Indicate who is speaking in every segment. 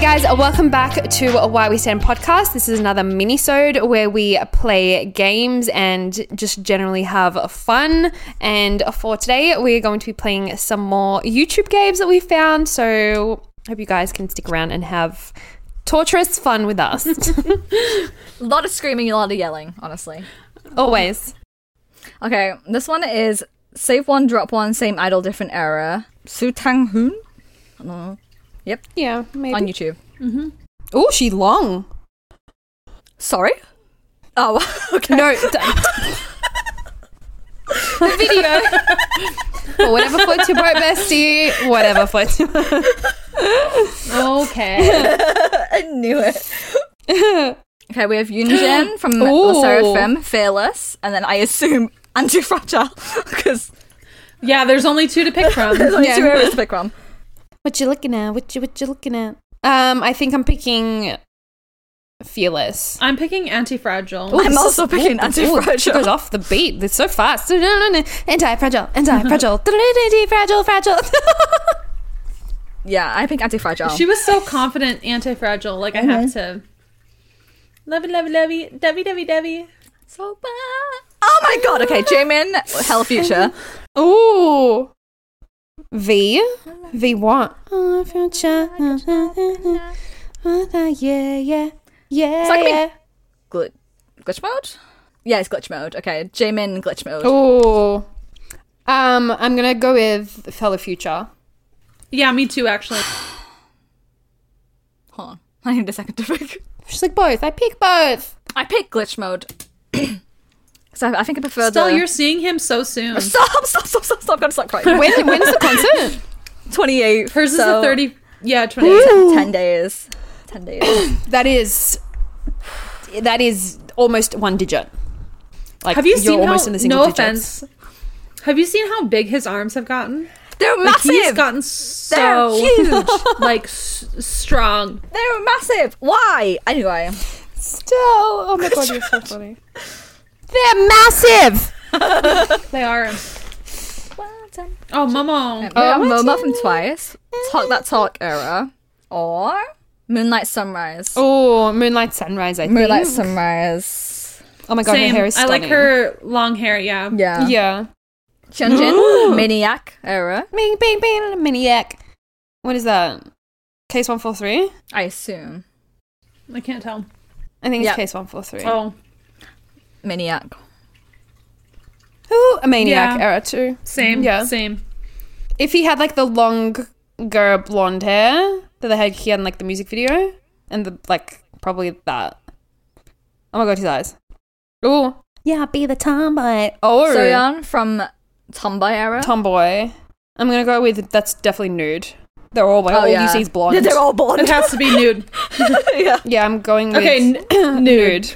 Speaker 1: guys, welcome back to Why We Stand podcast. This is another mini-sode where we play games and just generally have fun. And for today, we're going to be playing some more YouTube games that we found. So hope you guys can stick around and have torturous fun with us.
Speaker 2: A lot of screaming, a lot of yelling, honestly.
Speaker 1: Always.
Speaker 2: Okay, this one is save one, drop one, same idol, different era. Su Tang Hoon? I don't know.
Speaker 1: Yeah, maybe.
Speaker 2: On YouTube.
Speaker 1: Oh, she long.
Speaker 2: Sorry? Oh, okay.
Speaker 1: No, d- the video. But whatever floats your boat, bestie. Whatever floats. your-
Speaker 3: Okay.
Speaker 2: I knew it. okay, we have Yunjin from
Speaker 1: Ooh.
Speaker 2: La Seraphim, Fearless, and then I assume Anti-Fragile, because
Speaker 3: yeah, there's only two to pick from.
Speaker 2: there's only
Speaker 1: Yeah.
Speaker 2: two eras to pick from.
Speaker 1: What you looking at? What you what you looking at? Um, I think I'm picking fearless.
Speaker 3: I'm picking anti-fragile.
Speaker 1: Ooh,
Speaker 2: I'm
Speaker 1: this
Speaker 2: also
Speaker 1: is-
Speaker 2: picking
Speaker 1: ooh,
Speaker 2: Anti-Fragile.
Speaker 1: ooh, She goes off the beat. It's so fast. Anti-fragile, anti-fragile, fragile, fragile.
Speaker 2: Yeah, I pick Anti-Fragile.
Speaker 3: She was so confident, anti-fragile. Like I have
Speaker 1: Mm-hmm.
Speaker 3: to. Lovey, lovey, lovey, Debbie, Debbie, Debbie.
Speaker 2: so bad. Oh my god, okay, Jamin, Hell Future.
Speaker 1: Ooh. V. V what? Oh, future. Yeah, yeah. Yeah.
Speaker 2: Suck me.
Speaker 1: yeah.
Speaker 2: Gl- glitch mode? Yeah, it's glitch mode. Okay, Jamin, glitch mode.
Speaker 1: Ooh. Um, I'm gonna go with fellow future.
Speaker 3: Yeah, me too. Actually,
Speaker 2: Hold on. I need a second to pick.
Speaker 1: She's like both. I pick both.
Speaker 2: I pick glitch mode. so I, I think I prefer
Speaker 3: still,
Speaker 2: the...
Speaker 3: you're seeing him so soon.
Speaker 2: Stop, stop, stop, stop, stop. I'm gonna stop crying.
Speaker 1: When when's the concert?
Speaker 2: 28.
Speaker 3: Hers is
Speaker 2: so-
Speaker 3: the thirty. Yeah, twenty.
Speaker 2: 10 days. 10 days.
Speaker 1: That is that is almost one digit. Like
Speaker 3: Have you
Speaker 1: you're
Speaker 3: seen
Speaker 1: almost
Speaker 3: how?
Speaker 1: in the single
Speaker 3: no
Speaker 1: digits.
Speaker 3: offense. Have you seen how big his arms have gotten?
Speaker 2: They're
Speaker 3: Like
Speaker 2: massive!
Speaker 3: he's gotten
Speaker 2: They're
Speaker 3: so
Speaker 2: huge!
Speaker 3: like s- strong.
Speaker 2: They're massive! Why? Anyway.
Speaker 1: Still oh my god, you're so funny. They're massive!
Speaker 3: They are. Oh, Momo.
Speaker 2: Oh, Momo Uh, from Twice. Talk That Talk era. Or Moonlight Sunrise.
Speaker 1: Oh, Moonlight Sunrise, I think.
Speaker 2: Moonlight Sunrise.
Speaker 1: Oh my god,
Speaker 3: Same.
Speaker 1: her uh, hair is
Speaker 3: I
Speaker 1: stunning.
Speaker 3: like her long hair. Yeah.
Speaker 2: Yeah.
Speaker 1: Yeah.
Speaker 2: Chunjin. Maniac era.
Speaker 1: Bing, bing, bing, maniac. What is that? Case 143?
Speaker 2: I assume.
Speaker 3: I can't tell.
Speaker 1: I think it's
Speaker 2: Yeah.
Speaker 1: case 143.
Speaker 3: Oh,
Speaker 2: Maniac.
Speaker 1: Ooh, a maniac
Speaker 3: Yeah.
Speaker 1: era too.
Speaker 3: same.
Speaker 1: Yeah.
Speaker 3: Same.
Speaker 1: If he had like the longer blonde hair that they had he had in like the music video and the like probably that. Oh my god, his eyes. Ooh. Yeah, be the tomboy. Oh,
Speaker 2: Soyeon from Tomboy era.
Speaker 1: tomboy. I'm gonna go with that's definitely nude. They're all white.
Speaker 2: Oh,
Speaker 1: all you
Speaker 2: yeah.
Speaker 1: see is blonde.
Speaker 2: Yeah, they're all
Speaker 3: It
Speaker 2: blonde.
Speaker 3: has to be nude.
Speaker 2: yeah.
Speaker 1: yeah, I'm going with
Speaker 3: Okay, n-
Speaker 1: nude.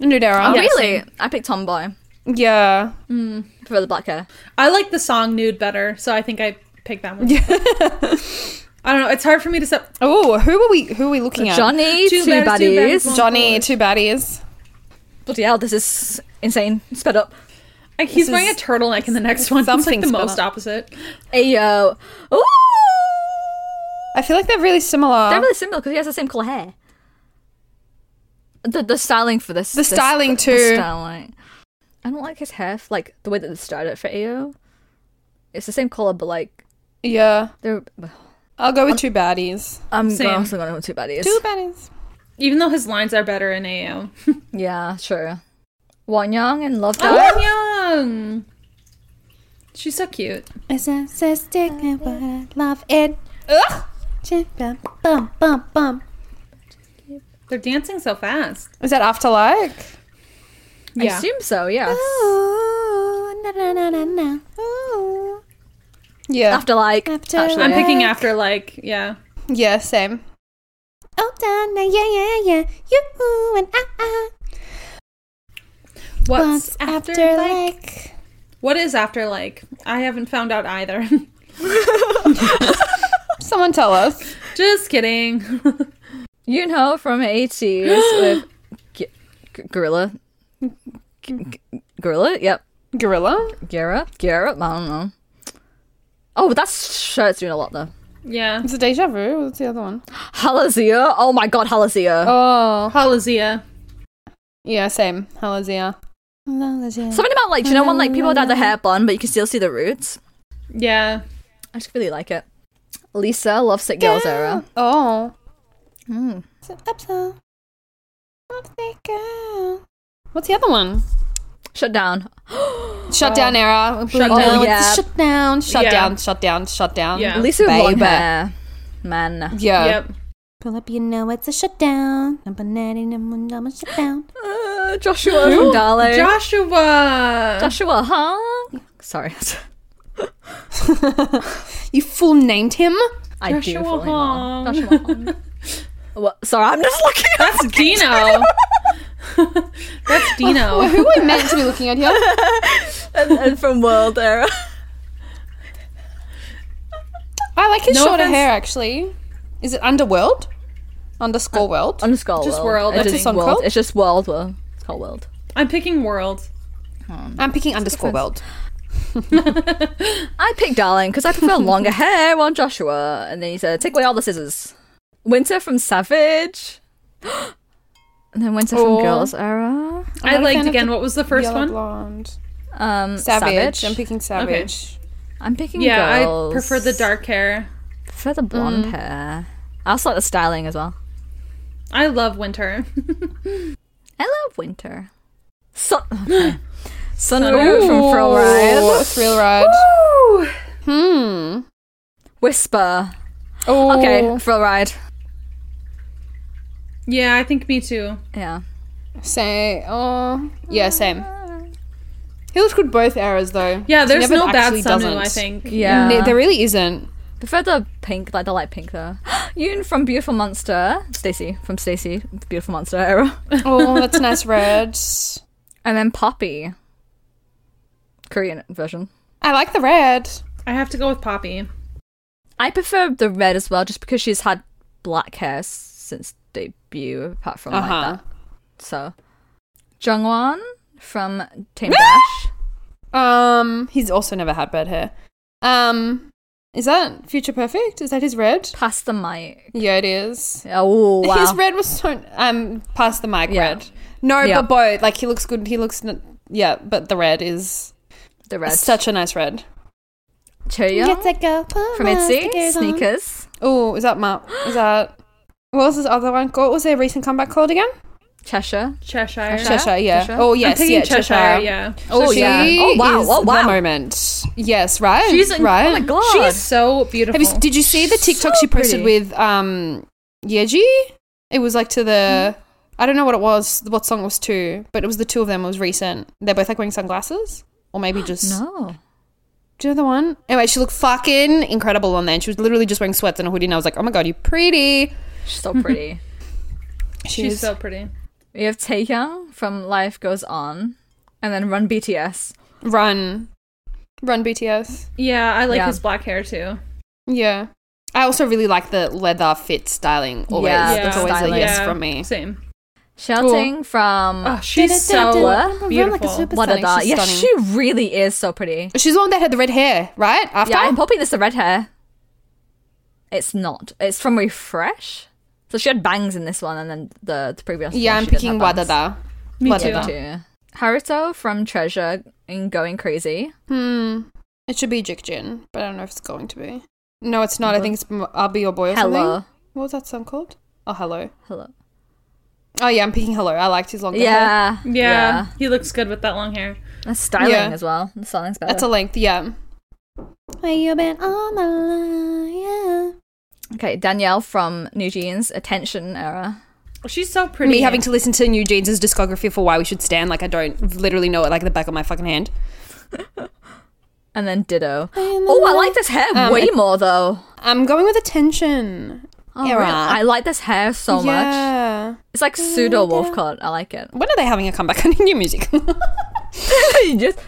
Speaker 1: nude era.
Speaker 2: Oh,
Speaker 3: Yeah,
Speaker 2: really? I picked Tomboy
Speaker 1: yeah.
Speaker 2: for the black hair.
Speaker 3: I like the song "Nude" better, so I think I picked that one. I don't know. It's hard for me to set.
Speaker 1: Oh, who are we? Who are we looking at?
Speaker 2: Johnny,
Speaker 3: Two
Speaker 2: two,
Speaker 3: baddies, two
Speaker 2: baddies.
Speaker 3: baddies.
Speaker 1: Johnny, two baddies.
Speaker 2: Bloody hell, this is insane. Sped up.
Speaker 3: Like, he's
Speaker 1: This
Speaker 3: wearing a
Speaker 1: is-
Speaker 3: turtleneck in the next one. It's like
Speaker 1: something's
Speaker 3: the
Speaker 1: been
Speaker 3: most
Speaker 1: up.
Speaker 3: opposite.
Speaker 2: Ayo. Ooh!
Speaker 1: I feel like they're really similar.
Speaker 2: They're really similar because he has the same color hair. The, the styling for this.
Speaker 1: the
Speaker 2: this-
Speaker 1: styling
Speaker 2: the
Speaker 1: too.
Speaker 2: styling. I don't like his hair, like the way that they started it for Ayo. It's the same color, but like
Speaker 1: yeah,
Speaker 2: they're.
Speaker 1: I'll go with two baddies.
Speaker 2: I'm
Speaker 3: Same.
Speaker 2: also gonna go two baddies.
Speaker 1: Two baddies.
Speaker 3: Even though his lines are better in AO.
Speaker 2: Yeah, sure. Wanyang and Love Dive.
Speaker 3: Oh, young. She's so cute.
Speaker 4: It's a statistic and what I love it. Ugh! Bum, bum, bum, bum.
Speaker 3: They're dancing so fast.
Speaker 1: Is that after like?
Speaker 2: I assume so, yes.
Speaker 4: Ooh, na na na na na. Ah. Ooh.
Speaker 1: Yeah.
Speaker 2: After like
Speaker 4: After
Speaker 2: Actually,
Speaker 3: I'm
Speaker 2: Yeah.
Speaker 3: picking after like yeah.
Speaker 1: yeah. Same.
Speaker 4: Oh, Donna, yeah, yeah, yeah. You and ah, I. I.
Speaker 3: What's
Speaker 4: What's
Speaker 3: after,
Speaker 4: after
Speaker 3: like?
Speaker 4: like?
Speaker 3: What is after like? I haven't found out either.
Speaker 1: Someone tell us.
Speaker 3: Just kidding.
Speaker 2: Yunho from eighties with g- g- Gorilla. G- g- gorilla? Yep.
Speaker 1: Gorilla.
Speaker 2: Gara? Gara? I don't know. Oh, that shirt's doing a lot though.
Speaker 3: Yeah.
Speaker 1: It's a deja vu. What's the other one?
Speaker 2: Halazia. Oh my god,
Speaker 4: Uh.
Speaker 2: Halazia.
Speaker 1: Oh,
Speaker 3: Halazia.
Speaker 1: yeah, same. Halazia.
Speaker 2: Something about like, do you know when like people dye the hair blonde, but you can still see the roots?
Speaker 3: Yeah.
Speaker 2: I just really like it. Lisa, love sick girls era.
Speaker 1: Oh.
Speaker 2: Mm.
Speaker 4: Upside. Upside girl.
Speaker 1: What's the other one?
Speaker 2: Shut down.
Speaker 1: Shutdown era.
Speaker 3: Shutdown.
Speaker 1: Blue Velvet.
Speaker 2: Oh, yeah.
Speaker 1: Shut down. Shut
Speaker 3: Yeah.
Speaker 1: down. Shut down. Shut down.
Speaker 3: Yeah.
Speaker 2: Lisa with long
Speaker 1: Babe.
Speaker 2: hair. Man.
Speaker 1: Yeah.
Speaker 3: Yep.
Speaker 4: Pull up, you know it's a shutdown. Number 90, number number shutdown.
Speaker 2: Uh, Joshua from Dale.
Speaker 3: Joshua.
Speaker 2: Joshua, huh? Sorry.
Speaker 1: You full named him?
Speaker 2: I do
Speaker 3: Joshua
Speaker 2: fully know.
Speaker 3: Hong.
Speaker 2: Joshua Hong. what? Sorry, I'm just looking.
Speaker 3: That's Dino. That's Dino.
Speaker 1: Who am I meant to be looking at here?
Speaker 2: and, and from World Era.
Speaker 1: I like his
Speaker 3: No
Speaker 1: shorter
Speaker 3: offense.
Speaker 1: hair, actually. Is it Underworld?
Speaker 3: Uh,
Speaker 1: Underscore World?
Speaker 2: Underscore
Speaker 3: Just
Speaker 2: world.
Speaker 3: World,
Speaker 2: It's
Speaker 3: I
Speaker 2: just
Speaker 1: think.
Speaker 2: world.
Speaker 1: Called?
Speaker 2: It's just world. Well, it's called world.
Speaker 3: I'm picking World.
Speaker 1: I'm picking Underscore World.
Speaker 2: I picked Darling because I prefer longer hair on Joshua. And then he said, "Take away all the scissors." Winter from Savage. and then Winter
Speaker 1: Oh.
Speaker 2: from Girls Era.
Speaker 1: I'm
Speaker 3: I
Speaker 1: not a fan
Speaker 3: liked
Speaker 1: of
Speaker 3: again.
Speaker 1: the
Speaker 3: What was the first
Speaker 1: Yellow
Speaker 3: one?
Speaker 1: Blonde.
Speaker 2: Um,
Speaker 1: Savage.
Speaker 2: Savage.
Speaker 1: I'm picking Savage.
Speaker 2: I'm picking.
Speaker 3: Yeah,
Speaker 2: girls.
Speaker 3: I prefer the dark hair.
Speaker 2: Prefer the blonde hair. I also like the styling as well.
Speaker 3: I love winter.
Speaker 2: I love winter. Sun. Okay. Sunroom from Thrill Ride.
Speaker 1: Ooh, Thrill Ride. Hmm.
Speaker 2: Whisper.
Speaker 1: Oh.
Speaker 2: Okay, Thrill Ride.
Speaker 3: yeah, I think me too.
Speaker 2: Yeah.
Speaker 1: Say, oh, yeah, same. He looks good both eras though.
Speaker 3: Yeah,
Speaker 1: He
Speaker 3: there's
Speaker 1: never
Speaker 3: no bad
Speaker 1: actually
Speaker 3: Sunu,
Speaker 1: doesn't.
Speaker 3: I think.
Speaker 2: Yeah.
Speaker 1: Ne- there really isn't.
Speaker 2: Prefer the pink, like the light pink though. Yoon from Beautiful Monster. Stacy from Stacy, Beautiful Monster era.
Speaker 1: Oh, that's nice red.
Speaker 2: And then Poppy. Korean version.
Speaker 1: I like the red.
Speaker 3: I have to go with Poppy.
Speaker 2: I prefer the red as well, just because she's had black hair since debut, apart from
Speaker 1: Uh-huh.
Speaker 2: like that. So, Jungwon from Team Dash.
Speaker 1: Um, he's also never had red hair. Um, is that Future Perfect? Is that his red?
Speaker 2: Pass the mic.
Speaker 1: Yeah, it is.
Speaker 2: Oh wow.
Speaker 1: His red was so um past the mic
Speaker 2: Yeah.
Speaker 1: red. No,
Speaker 2: Yeah.
Speaker 1: but both. Like he looks good. He looks n- yeah, but the red is
Speaker 2: the red.
Speaker 1: such a nice red.
Speaker 4: Get
Speaker 2: Cheoyeon
Speaker 4: that girl. Put
Speaker 2: from
Speaker 4: my
Speaker 2: ITZY.
Speaker 4: stickers on.
Speaker 2: Sneakers.
Speaker 1: Oh, is that Mark? Is that what was his other one called? What was their recent comeback called again?
Speaker 2: Cheshire.
Speaker 3: Cheshire.
Speaker 2: Cheshire.
Speaker 1: Cheshire, yeah.
Speaker 2: Cheshire?
Speaker 1: Oh
Speaker 3: I'm
Speaker 1: yes,
Speaker 3: picking
Speaker 1: yeah,
Speaker 3: Cheshire,
Speaker 1: Cheshire.
Speaker 3: yeah.
Speaker 1: Oh
Speaker 2: She
Speaker 1: yeah.
Speaker 2: is- Oh, wow,
Speaker 1: Is
Speaker 2: oh, wow.
Speaker 1: The moment. Yes, right.
Speaker 3: She's
Speaker 1: right.
Speaker 2: Oh my god.
Speaker 3: She's so beautiful.
Speaker 1: Have you, did you see the TikTok
Speaker 2: So
Speaker 1: she posted
Speaker 2: pretty.
Speaker 1: with um Yeji? It was like to the I don't know what it was, what song it was to, but it was the two of them. It was recent. They're both like wearing sunglasses, or maybe just.
Speaker 2: no.
Speaker 1: Do you know the one? Anyway, she looked fucking incredible on there. And she was literally just wearing sweats and a hoodie, and I was like, "Oh my god, you're pretty."
Speaker 2: She's so pretty.
Speaker 1: She
Speaker 3: She's
Speaker 1: is-
Speaker 3: so pretty.
Speaker 2: We have Taehyung from Life Goes On, and then Run BTS.
Speaker 1: run, run BTS.
Speaker 3: Yeah, I like
Speaker 2: Yeah.
Speaker 3: his black hair too.
Speaker 1: Yeah, I also really like the leather fit styling. Always,
Speaker 2: Yeah,
Speaker 1: Uh, that's
Speaker 2: the
Speaker 1: always
Speaker 2: styling.
Speaker 1: a yes
Speaker 3: yeah,
Speaker 1: from me. Mm.
Speaker 3: Same.
Speaker 2: Shouting from
Speaker 3: Oh, she's
Speaker 2: Da-da-da-da.
Speaker 3: so
Speaker 4: like
Speaker 2: Run
Speaker 4: a
Speaker 3: beautiful.
Speaker 4: super-
Speaker 2: what a
Speaker 1: stunning,
Speaker 2: da.
Speaker 1: she's
Speaker 2: Yeah,
Speaker 1: stunning.
Speaker 2: she really is so pretty.
Speaker 1: She's the one that had the red hair, right? After
Speaker 2: Yeah, I'm hoping this is the red hair. It's not. It's from Refresh. So she had bangs in this one, and then the, the previous.
Speaker 1: Yeah,
Speaker 2: one,
Speaker 1: I'm
Speaker 2: she didn't
Speaker 1: picking
Speaker 2: have bangs.
Speaker 1: Wadada.
Speaker 3: Me too.
Speaker 1: Wadada.
Speaker 2: Too. Haruto from Treasure in Going Crazy.
Speaker 1: Hmm. It should be Jikjin, but I don't know if it's going to be. No, it's not. I think it's M- I'll Be Your Boy or
Speaker 2: Hello.
Speaker 1: something. What was that song called? Oh, Hello.
Speaker 2: Hello.
Speaker 1: Oh, yeah, I'm picking Hello. I liked his long hair.
Speaker 2: Yeah.
Speaker 3: Yeah, he looks good with that long hair.
Speaker 2: The styling
Speaker 1: Yeah.
Speaker 2: as well. The styling's better.
Speaker 1: That's a length, yeah.
Speaker 4: Where you been all my life?
Speaker 2: okay, Danielle from New Jeans, Attention Era.
Speaker 3: She's so pretty.
Speaker 1: Me having to listen to New Jeans' discography for Why We Should Stand, like, I don't literally know it like the back of my fucking hand.
Speaker 2: And then Ditto. Oh, I like this hair
Speaker 1: Um,
Speaker 2: way
Speaker 1: it-
Speaker 2: more though.
Speaker 1: I'm going with attention.
Speaker 2: Oh,
Speaker 1: Era.
Speaker 2: really? I like this hair so much.
Speaker 1: yeah.
Speaker 2: It's like pseudo Wolfcott. I like it.
Speaker 1: When are they having a comeback on new music?
Speaker 2: You just-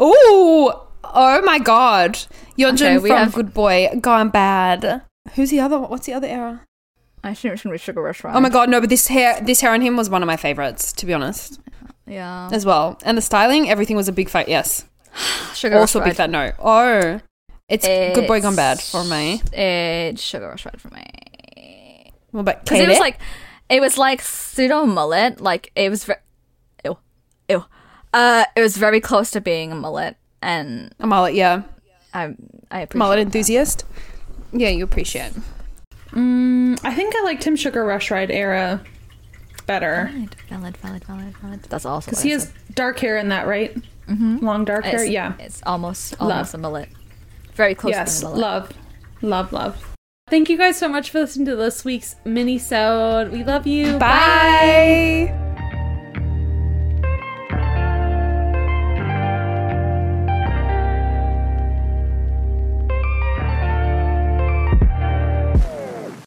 Speaker 1: Ooh! Oh my god. Yeonjun
Speaker 2: Okay, we
Speaker 1: from
Speaker 2: have-
Speaker 1: Good Boy Gone Bad. Who's the other? What's the other era?
Speaker 2: I assume it's gonna be Sugar Rush Ride.
Speaker 1: Oh my god, no! But this hair, this hair on him was one of my favorites, to be honest,
Speaker 2: Yeah.
Speaker 1: as well. And the styling, everything was a big fat yes.
Speaker 2: Sugar
Speaker 1: also a big
Speaker 2: Rush
Speaker 1: fat
Speaker 2: Ride.
Speaker 1: no. Oh, It's good boy gone bad for me.
Speaker 2: It's Sugar Rush Red for me.
Speaker 1: What about
Speaker 2: Because
Speaker 1: Katie?
Speaker 2: it was like, it was like pseudo mullet. Like it was, very, ew, ew. Uh, it was very close to being a mullet, and
Speaker 1: a mullet, yeah,
Speaker 2: I, I appreciate.
Speaker 1: mullet enthusiast. Yeah, you appreciate.
Speaker 3: Mm, I think I liked him Sugar Rush Ride era better.
Speaker 2: Valid, valid, valid, valid, valid. That's also
Speaker 3: Because
Speaker 2: what
Speaker 3: he
Speaker 2: I
Speaker 3: has
Speaker 2: said.
Speaker 3: dark hair in that, right? Mm-hmm. Long dark hair?
Speaker 2: It's,
Speaker 3: Yeah.
Speaker 2: it's almost almost a mullet. Very close
Speaker 3: Yes.
Speaker 2: to being a mullet.
Speaker 3: Love. Love, love. Thank you guys so much for listening to this week's mini-sode. We love you.
Speaker 1: Bye.